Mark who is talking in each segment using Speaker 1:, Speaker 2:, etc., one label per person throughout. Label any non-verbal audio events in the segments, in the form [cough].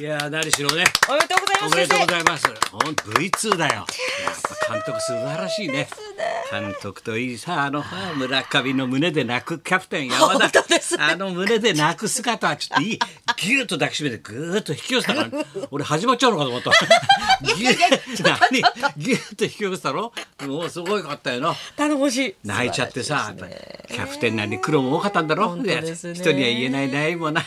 Speaker 1: いやー、何しろね。
Speaker 2: おめでとうございま
Speaker 1: お
Speaker 2: す
Speaker 1: めでとうご
Speaker 2: 先
Speaker 1: ざいます。ほん V2
Speaker 2: [laughs]
Speaker 1: だよ。やっぱ監督素晴らしいね。監督といいさ、あの村上の胸で泣くキャプテン山田
Speaker 2: 本当です。ね
Speaker 1: あの胸で泣く姿はちょっといい。ギュッと抱きしめてぐーっと引き寄せたから、
Speaker 2: [laughs]
Speaker 1: 俺始まっちゃうのかと思った。 [laughs] ギュッ、何ギュッと引き寄せたのもうすごいかったよな。
Speaker 2: 生頼もしい
Speaker 1: 泣いちゃってさ、やっぱキャプテンなり苦労も多かったんだろう、
Speaker 2: 本当ですね
Speaker 1: 人には言えない悩みも
Speaker 2: [laughs]
Speaker 1: ない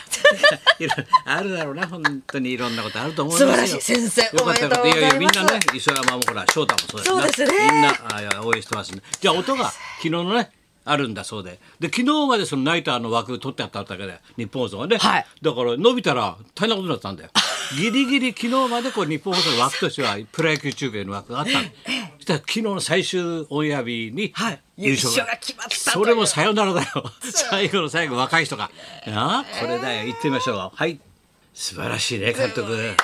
Speaker 1: ろいろあるだろうな本当にいろんなことあると思うん
Speaker 2: 素晴らしい先生
Speaker 1: よかったよかった
Speaker 2: おめでとうございます
Speaker 1: ややみんなね磯山もほら翔太もそうだよ
Speaker 2: そうですね
Speaker 1: みんなあいや応援してますねじゃあ音が昨日のねあるんだそうでで昨日までそのナイターの枠取ってあっただけで日本放送はね、
Speaker 2: はい
Speaker 1: だから伸びたら大変なことになったんだ
Speaker 2: [laughs]
Speaker 1: よギリギリ昨日までこう日本放送の枠としてはプロ野球中継の枠があったのそしたら昨日の最終オンエア日に
Speaker 2: はい
Speaker 1: 優勝
Speaker 2: 優勝が決まったと
Speaker 1: [laughs]
Speaker 2: いう
Speaker 1: それもさよならだよ最後の最後若い人がなあそれだよ行ってみましょうはい素晴らしいね監督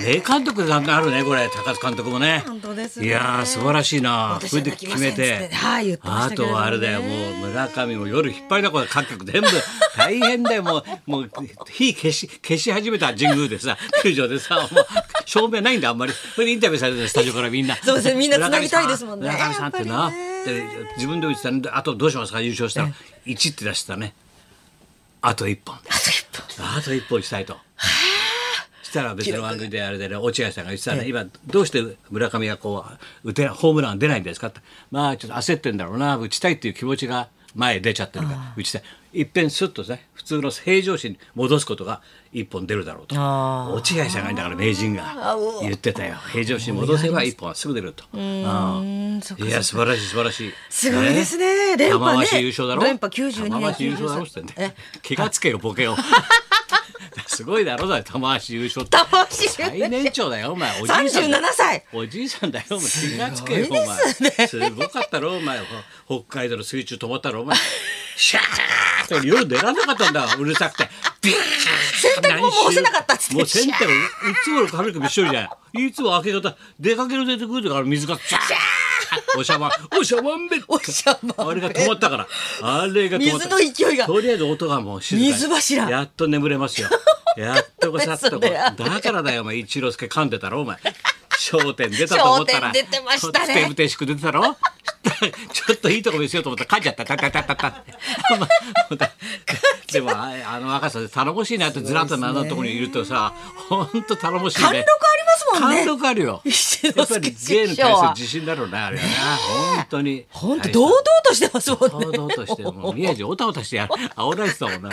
Speaker 1: 名監督なんかあるねこれ高津監督もね
Speaker 2: 本当ですね
Speaker 1: いやー素晴らしいな
Speaker 2: 私
Speaker 1: それ
Speaker 2: は
Speaker 1: で
Speaker 2: 泣きま
Speaker 1: 決
Speaker 2: せん
Speaker 1: め
Speaker 2: っつって
Speaker 1: て
Speaker 2: はい言ってま
Speaker 1: あ
Speaker 2: したけ
Speaker 1: と
Speaker 2: れどもね
Speaker 1: はあれだよもう村上も夜引っ張りだこだ各局全部大変だよ
Speaker 2: [laughs]
Speaker 1: もうもう火消し消し始めた神宮でさ球場でさもう照明ないんだあんまりそれでインタビューされてるスタジオからみんな
Speaker 2: そうですねみんな繋ぎたいですもんね
Speaker 1: 村上さんって
Speaker 2: やっ
Speaker 1: な
Speaker 2: ぱりね
Speaker 1: で自分で打ってたんであとどうしますか優勝したら1って出してたねあと1本あと1本したいと。したら別の番組であれでね落合さんが言ってたね、今どうして村上がこう打てホームラン出ないんですかってまあちょっと焦ってんだろうな打ちたいっていう気持ちが前へ出ちゃってるから打ちたいいっぺんスッとね普通の平常心に戻すことが一本出るだろうと
Speaker 2: あー
Speaker 1: 落合さんがだから名人が言ってたよ平常心に戻せば一本はすぐ出るとうん
Speaker 2: そっか
Speaker 1: いや素晴らしい素晴らしい
Speaker 2: すごいですね連覇ね
Speaker 1: 玉鷲優勝だろ
Speaker 2: 連覇92年
Speaker 1: 玉鷲優勝だろって言ってんだよ気がつけよボケをすごいだろだよ玉鷲優勝って
Speaker 2: 玉鷲優勝
Speaker 1: 最年長だよお前おじいさんだ
Speaker 2: 37
Speaker 1: よ
Speaker 2: 歳
Speaker 1: おじいさんだよお前気がつけよお
Speaker 2: すごいですね
Speaker 1: 前すごかったろお前ほ北海道の水中止まったろお前シャーって俺夜出られなかったんだうるさくてビャー
Speaker 2: 洗濯物も干せなかったっつって
Speaker 1: もう洗濯いつもの髪の毛一緒じゃないいつも明け方出かける出てくるから水がシャーおしゃまんおしゃまんべ
Speaker 2: おしゃまんべ
Speaker 1: あれが止まったからあれが止まった
Speaker 2: 水の勢いが
Speaker 1: とりあえず音がもう静かに
Speaker 2: 水柱
Speaker 1: やっと眠れ
Speaker 2: [laughs]
Speaker 1: ますよやっとこさっとこ
Speaker 2: ですねあれ
Speaker 1: だからだよお前一之輔噛んでたろお前笑点出たと思ったら
Speaker 2: 笑点出てましたね
Speaker 1: ふてぶてしく出てたろ [laughs] ちょっといいとこ見せようと思ったら噛んじゃったたたたたた [laughs] でもああの若さで頼もしいなってずらっと並んだところにいるとさほんと頼もしい
Speaker 2: 貫禄あ
Speaker 1: ね
Speaker 2: りますもんね
Speaker 1: 貫禄あるよ
Speaker 2: 一之輔
Speaker 1: やっぱり芸に対
Speaker 2: 師匠
Speaker 1: する
Speaker 2: は
Speaker 1: 自信だろうなあれはな本当に
Speaker 2: 本当堂々としてますもんね
Speaker 1: 堂々としてもう宮治おたおたしてやる煽られてたもんな。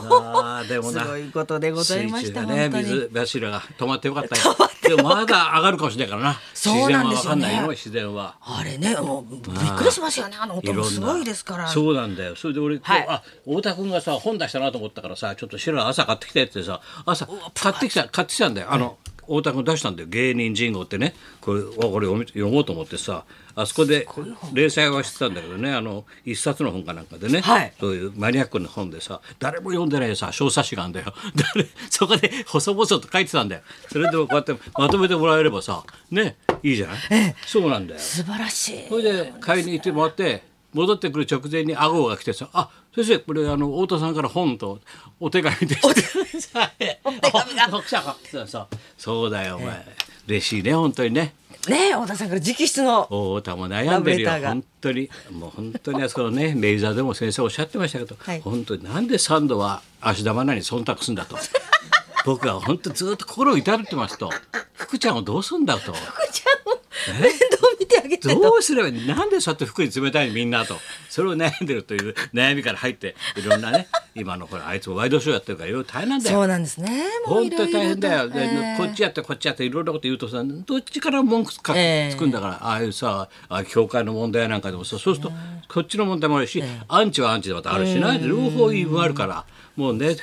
Speaker 1: ああでもな。
Speaker 2: すごいことでございました
Speaker 1: 水中がね
Speaker 2: 本当に
Speaker 1: 水柱が止まってよかったよ。でもまだ上がるかもしれないからな。
Speaker 2: そうなんで
Speaker 1: 自然はわ
Speaker 2: す
Speaker 1: か
Speaker 2: よ
Speaker 1: ん
Speaker 2: ね
Speaker 1: ないよ自然は。
Speaker 2: あれねもうびっくりしますよねあの音もすごいですから
Speaker 1: そうなんだよそれで俺、今日
Speaker 2: はい
Speaker 1: あ太田君がさ本出したなと思ったからさちょっと白い朝買ってきてってさ朝買ってきた買ってきたんだよあの、太田君出したんだよ芸人人号ってねこれわこれ読み読もうと思ってさあそこで連載はしてたんだけどねあの一冊の本かなんかでね、
Speaker 2: はい
Speaker 1: そういうマニアックな本でさ誰も読んでないさ小冊子があんだよ [laughs] 誰そこで細々と書いてたんだよそれでもこうやってまとめてもらえればさねいいじゃない、そうなんだよ
Speaker 2: 素晴らしい
Speaker 1: それで買いに行ってもらって戻ってくる直前に阿豪が来てさ「あ先生これあの太田さんから本とお手紙です」お手紙さお手
Speaker 2: 紙が
Speaker 1: 来たかそうそうそうだよお前嬉しいね本当にね
Speaker 2: ねえ太田さんから直筆の
Speaker 1: 太田も悩んでるよ
Speaker 2: ラブレターが
Speaker 1: 本当にもう本当にあそこのねメイザーでも先生おっしゃってましたけど、
Speaker 2: はい
Speaker 1: 本当になんでサンドは芦田愛菜に忖度すんだと僕は本当ずっと心を痛めてますと福ちゃんをどうすんだと。
Speaker 2: 福 [laughs] ちゃんを面倒見てあげて
Speaker 1: ど
Speaker 2: と
Speaker 1: うすればいいなんでそうやって服に冷たいのみんなとそれを悩んでるという悩みから入っていろんなね今のほらあいつもワイドショーやってるからいろいろ大変なんだ
Speaker 2: そ
Speaker 1: よ。
Speaker 2: うなんですねもう
Speaker 1: 本
Speaker 2: い
Speaker 1: 当
Speaker 2: ろ
Speaker 1: に
Speaker 2: いろと
Speaker 1: 大変だよ、で
Speaker 2: え
Speaker 1: こ
Speaker 2: え
Speaker 1: っちやってこっちやっていろんなこと言うとさどっちから文句つか
Speaker 2: ええ
Speaker 1: つくんだから、ああいうさあ教会の問題なんかでもさそうするとこっちの問題もあるし、アンチはアンチでまたあるしな、両方言い分あるからもうね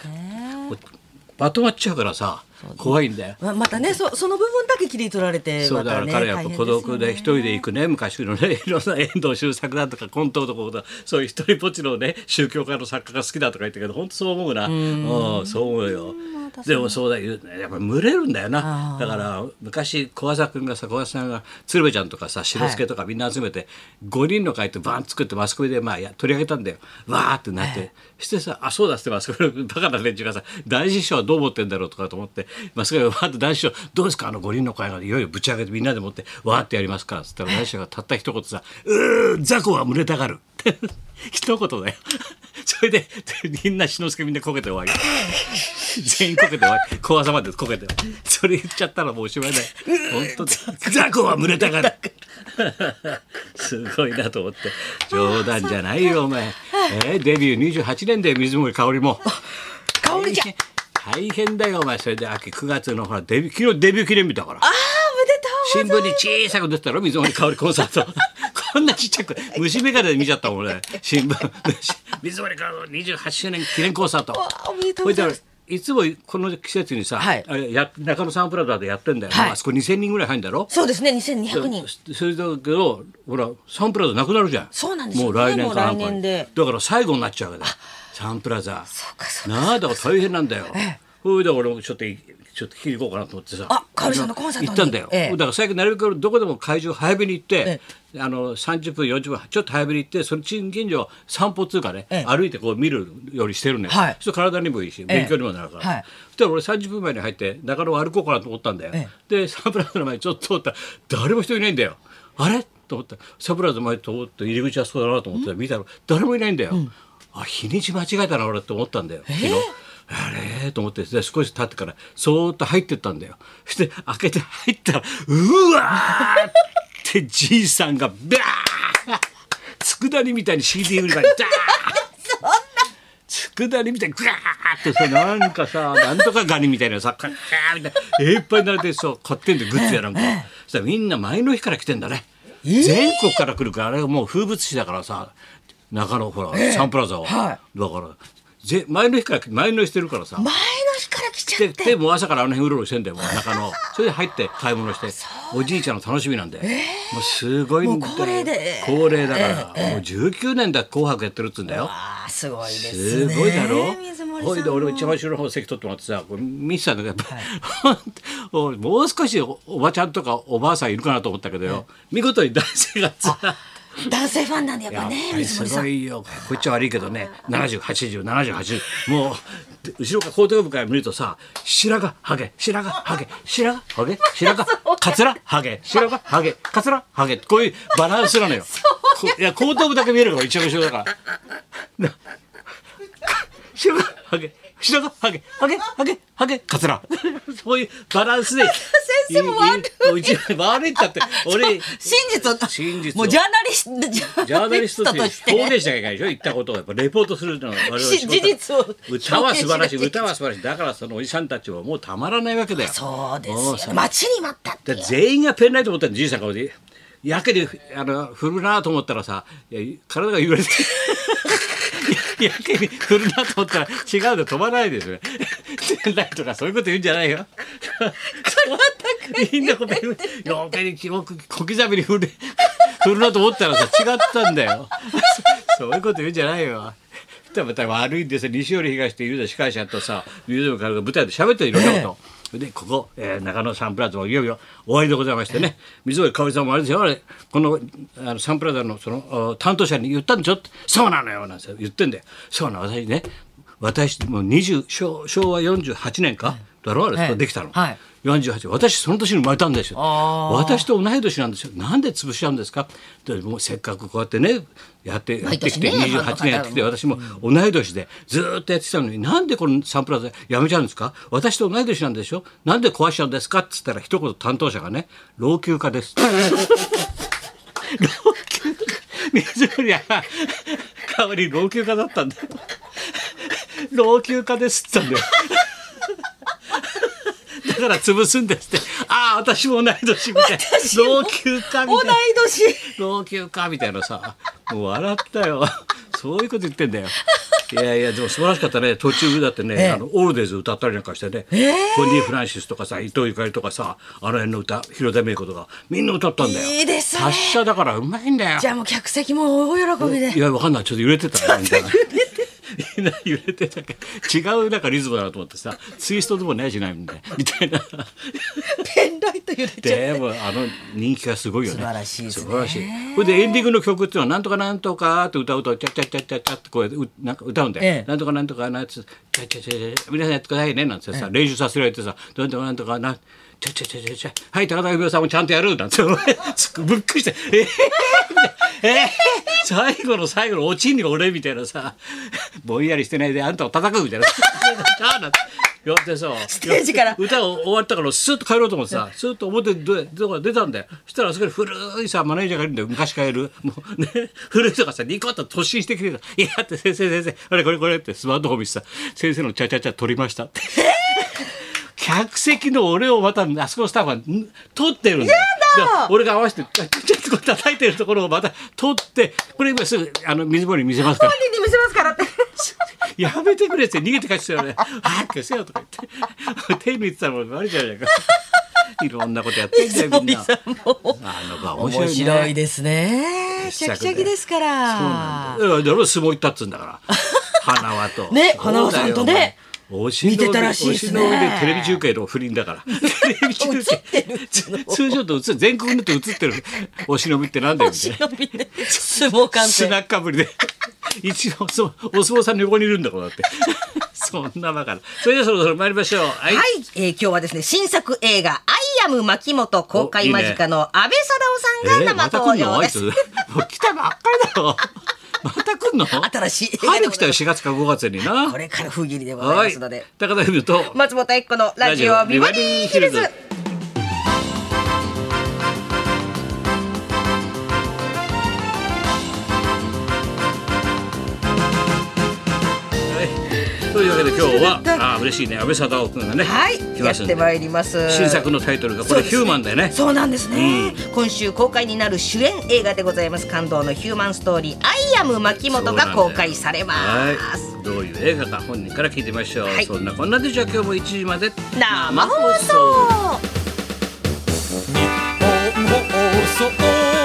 Speaker 1: まとまっちゃうからさ怖いんだよ。
Speaker 2: ままたねそその部分だけ切り取られて
Speaker 1: そう
Speaker 2: ま
Speaker 1: だか
Speaker 2: た
Speaker 1: ら
Speaker 2: ね
Speaker 1: 彼はやっぱ孤独で一人で
Speaker 2: 行
Speaker 1: 行くね昔のね [laughs] いろんな遠藤周作だとかコントとかそういう一人ぼっちのね宗教家の作家が好きだとか言ったけど本当そう思うなうんそう思うよでもそうだよやっぱ群れるんだよなだから昔小朝君がさ小朝さんが鶴瓶ちゃんとかさ志の輔とかみんな集めて5人の会とバン作ってマスコミでまあや取り上げたんだよわーってなってしてさ「あそうだ」っつってマスコミのバカな連中がさ「大師匠はどう思ってんだろう」とかと思ってまあ、それわーっと談志師匠どうですかあの五輪の会がいよいよぶち上げてみんなで持ってわーってやりますから」つったら談志師匠がたった一言さ「うー雑魚は群れたがる」 [laughs] って一言だよ。 [laughs] それでみんな志の輔みんなこけて終わり全員こけて終わり小朝までこけてそれ言っちゃったらもうおしまいだよ本当だ [laughs] 雑魚は群れたがる [laughs] すごいなと思って冗談じゃないよお前、えーデビュー28年で水森かおりも
Speaker 2: 香りちゃん。あ
Speaker 1: 大変だよお前それで秋9月のほらデビュー昨日デビュー記念日だから
Speaker 2: あー、おめでとう。
Speaker 1: 新聞に小さく出てたろ水森かおりコンサート [laughs] こんなちっちゃく虫眼鏡で見ちゃったもんね新
Speaker 2: [laughs]
Speaker 1: 聞水森かおり28周年記念コンサート
Speaker 2: わあおめでとうございます
Speaker 1: ほでいつもこの季節にさ、
Speaker 2: はい
Speaker 1: あれや中野サンプラザでやってんだよ、
Speaker 2: はい
Speaker 1: あそこ2000人ぐらい入るんだろ
Speaker 2: そうですね、2200人。
Speaker 1: それだけどほらサンプラザなくなるじゃん
Speaker 2: そうなんですよ
Speaker 1: もう来年かなん
Speaker 2: もう
Speaker 1: か
Speaker 2: 来年
Speaker 1: に
Speaker 2: で
Speaker 1: だから最後になっちゃうわけだサンプラザ
Speaker 2: そうか、そうか。
Speaker 1: なあだから大変なんだよ。それで俺もちょっといちょっと聞きに行こうかなと思ってさ
Speaker 2: あ香織さんのコンサートに
Speaker 1: 行ったんだよ、
Speaker 2: ええ
Speaker 1: だから最近なるべくどこでも会場早めに行って、あの30分40分ちょっと早めに行ってその近所を散歩通過ね、
Speaker 2: ええ
Speaker 1: 歩いてこう見るようにしてるんだよ、
Speaker 2: はい
Speaker 1: そうすると体にもいいし勉強にもなるから、
Speaker 2: ええはい
Speaker 1: そしたら俺30分前に入って中野を歩こうかなと思ったんだよ、
Speaker 2: え
Speaker 1: でサンプラザの前にちょっと通ったら誰も人いないんだよあれと思ったサンプラザの前通って入り口はそうだなと思って見たら誰もいないんだよ、あ日にち間違えたな俺って思ったんだよ昨日、あれと思ってで少し経ってからそーっと入ってったんだよそして開けて入ったらうわーってじいさんがビャー佃煮みたいに CD 売り場にダー佃煮みたいにグワーってさなんかさなんとかガニみたいなさカッカーみたいなえーいっぱい並れてそう買ってんでグッズやなんかそしたらみんな前の日から来てんだね、全国から来るからあれがもう風物詩だからさ中野ほら、サンプラザは、
Speaker 2: は
Speaker 1: だからぜ前の日から前乗りしてるからさ
Speaker 2: 前の日から来ちゃ
Speaker 1: で
Speaker 2: って。
Speaker 1: でもう朝からあの辺うろうろしてんだよもう中野それで入って買い物しておじいちゃんの楽しみなんで、もうすごいんだよ
Speaker 2: もう恒例で
Speaker 1: 恒例だから、もう19年だ紅白やってるっつうんだよ
Speaker 2: ああ、すごいですすね。
Speaker 1: ごいだろ
Speaker 2: 水森さん。
Speaker 1: ほいで俺も一番後ろの方席取ってもらってさこれ見てたんだけど、 [laughs] ほんともう少しおおばちゃんとかおばあさんいるかなと思ったけどよ、見事に男性がさ
Speaker 2: 男性ファンなんで、やっぱね、水
Speaker 1: す
Speaker 2: 森さ
Speaker 1: ご
Speaker 2: ん。
Speaker 1: いよこっちは悪いけどね70807080もうで後ろから後頭部から見るとさ白髪ハゲ白髪ハゲ白髪ハゲ白髪カツラハゲ白髪ハゲカツラハゲこういうバランスなのよ。こいや後頭部だけ見えるから一応後ろだから。な白髪ハゲ白髪ハゲハゲハゲハゲカツ
Speaker 2: [laughs]
Speaker 1: ラそういうバランスで
Speaker 2: 先生も悪い
Speaker 1: いうち悪いったって俺
Speaker 2: 真実を。
Speaker 1: 真実を
Speaker 2: もうジャーナリスト、ジャ
Speaker 1: ジャーナ
Speaker 2: ーナ
Speaker 1: リ
Speaker 2: リ
Speaker 1: ス
Speaker 2: ス
Speaker 1: トと
Speaker 2: ト
Speaker 1: して
Speaker 2: として。
Speaker 1: 表現しなきゃいけないでしょ言ったことをやっぱレポートするのが我々仕事
Speaker 2: し事実を
Speaker 1: 歌は素晴らしい
Speaker 2: 表現しなきゃいけない
Speaker 1: 歌は素晴らしいだからそのおじさんたちはもうたまらないわけだよ
Speaker 2: そうで
Speaker 1: もう
Speaker 2: す
Speaker 1: さ
Speaker 2: よ。待ちに待ったって
Speaker 1: で
Speaker 2: いう。
Speaker 1: 全員がペンライト持ってるじいさんが俺やけであの振るなと思ったらさいや体が揺れていややけに振るなと思ったら違うんだ飛ばないですねペンライトがそういうこと言うんじゃないよ [laughs] みんなこうペン余計に記憶小刻みに振る振るなと思ったらさ違ったんだよそういうこと言うんじゃないよでもまた悪いんですよ西寄東という司会者とさゆずのからが舞台で喋っていろんなこと。でここ、えー中野サンプラザもいよいよ終わりでございましてね水森かおりさんもあれですよあれこのあのサンプラザのそのあ担当者に言ったんでしょってそうなのよなんて言ってんでそうなの私ね私もう20昭昭和48年か、だろあれ、
Speaker 2: はい
Speaker 1: できたの、
Speaker 2: はい
Speaker 1: 48私その年に生まれたんですよ
Speaker 2: あー
Speaker 1: 私と同い年なんですよなんで潰しちゃうんですかでもうせっかくこうやってねやってやっ
Speaker 2: 毎
Speaker 1: てき
Speaker 2: 年
Speaker 1: て
Speaker 2: ね
Speaker 1: 28年やってきて私も同い年でずーっとやってきたのになんでこのサンプラザやめちゃうんですか私と同い年なんでしょなんで壊しちゃうんですかっつったら一言担当者がね老朽化
Speaker 2: [laughs]
Speaker 1: です。水森は代わり老朽化だったんだよ老朽化ですっつったんだよだから潰すんですってああ私も同い年みたいな
Speaker 2: 私も
Speaker 1: 老朽化み
Speaker 2: 同
Speaker 1: た
Speaker 2: い
Speaker 1: いな
Speaker 2: 年。
Speaker 1: 老朽化みたいなさもう笑ったよそういうこと言ってんだよいやいやでも素晴らしかったね途中だってね、あのオールデイズ歌ったりなんかしてね、コニー・フランシスとかさ伊藤ゆかりとかさあの辺の歌広田芽衣子とかみんな歌ったんだよ
Speaker 2: いいですね
Speaker 1: 達者だからうまいんだよ
Speaker 2: じゃあもう客席も大喜びで。
Speaker 1: いや、わかんない。ちょっと揺れてたねみたいな。みんな揺れてなんか違うなんかリズムだなと思ってさツイストでもないしないみたいなみたいな
Speaker 2: ペンライト揺れちゃ
Speaker 1: で
Speaker 2: う。
Speaker 1: もあの人気がすごいよね
Speaker 2: 素晴らしいですね
Speaker 1: 素晴らしいそれでエンディングの曲っていうのは「なんとかなんとか」って歌うと「チャチャチャチャチャ」ってこうやってうなんか歌うんだよ、
Speaker 2: ええ
Speaker 1: なんとかなんとかなって「チャチャチャチャチャ皆さんやってくださいね」なんてさ、練習させられてさ「なんとかなんとかな」チャチャチャチャチャはい高田文夫さんもちゃんとやるなんて俺つくぶっくりして「ええええ最後の最後の落ちに俺」みたいなさぼんやりしてないであんたを叩くみたいな [laughs] 「ああ」なんて言われてさス
Speaker 2: テージから
Speaker 1: 歌が終わったからスーッと帰ろうと思ってさスーッと表に出どこから出たんだよそしたらあそこに古いさマネージャーがいるんだよ昔からいるもうね古い人がさニコッと突進してきてさ「いや」って先生先生あれこれこれってスマートフォン見てさ先生のチャチャチャ取りましたって。客席の俺をまたあそこのスタッフがん撮ってるんだよで俺が合わせてちょっとこう叩いてるところをまた撮ってこれ今すぐあの水森に見せますから
Speaker 2: 本人に見せますからって。
Speaker 1: やめてくれって逃げて帰ってたよね。 [laughs] あっ消せよとか言って。 [laughs] 手見てたらバレちゃうじゃんか。いろんなことやってんだよみんな。あの子は面白い、ね。
Speaker 2: 面白いですね。シャキシャキですから。
Speaker 1: そうなんだ。だから相撲行ったっつうんだ
Speaker 2: [laughs]
Speaker 1: から。花輪と。
Speaker 2: ね花輪さんとね
Speaker 1: お忍び。
Speaker 2: 見てたらしいですね
Speaker 1: お忍びでテレビ中継の不倫だ
Speaker 2: [laughs]
Speaker 1: から。テレビ中継。通常と映る全国ネット映ってるお忍びってなんだよみたいな。
Speaker 2: 忍びで相撲鑑定。
Speaker 1: 砂かぶ
Speaker 2: [laughs]
Speaker 1: りで一応そうお相撲さんの横にいるんだからだってそんなバカなそれではそろそろ参りましょうはい、
Speaker 2: はい、えー今日はですね新作映画「アイアム牧本」公開間近の安倍貞夫さんが
Speaker 1: ま
Speaker 2: 生
Speaker 1: た来
Speaker 2: 登
Speaker 1: んの
Speaker 2: 場
Speaker 1: あ
Speaker 2: で
Speaker 1: い
Speaker 2: す、
Speaker 1: つもう来たばっかりだよまた来んの
Speaker 2: 新しい映画で
Speaker 1: 早
Speaker 2: ございます
Speaker 1: く来たよ4月か5月にな
Speaker 2: これから封切りでござい
Speaker 1: は
Speaker 2: ま
Speaker 1: い
Speaker 2: すので、
Speaker 1: 高田文夫と
Speaker 2: 松本一子のラジオビバリーヒルズ
Speaker 1: はいというわけで今日はあー嬉しいね安倍貞夫君がね、
Speaker 2: はい
Speaker 1: 来
Speaker 2: や
Speaker 1: ま
Speaker 2: っ
Speaker 1: すん
Speaker 2: て
Speaker 1: で
Speaker 2: まいります
Speaker 1: 新作のタイトルがこれヒューマンだよね
Speaker 2: そうなんですね、今週公開になる主演映画でございます感動のヒューマンストーリー「アイアム牧本」が公開されます、
Speaker 1: はい、どういう映画か本人から聞いてみましょう、
Speaker 2: はい
Speaker 1: そんなこんなでじゃあ今日も1時まで
Speaker 2: 生放送
Speaker 3: 放送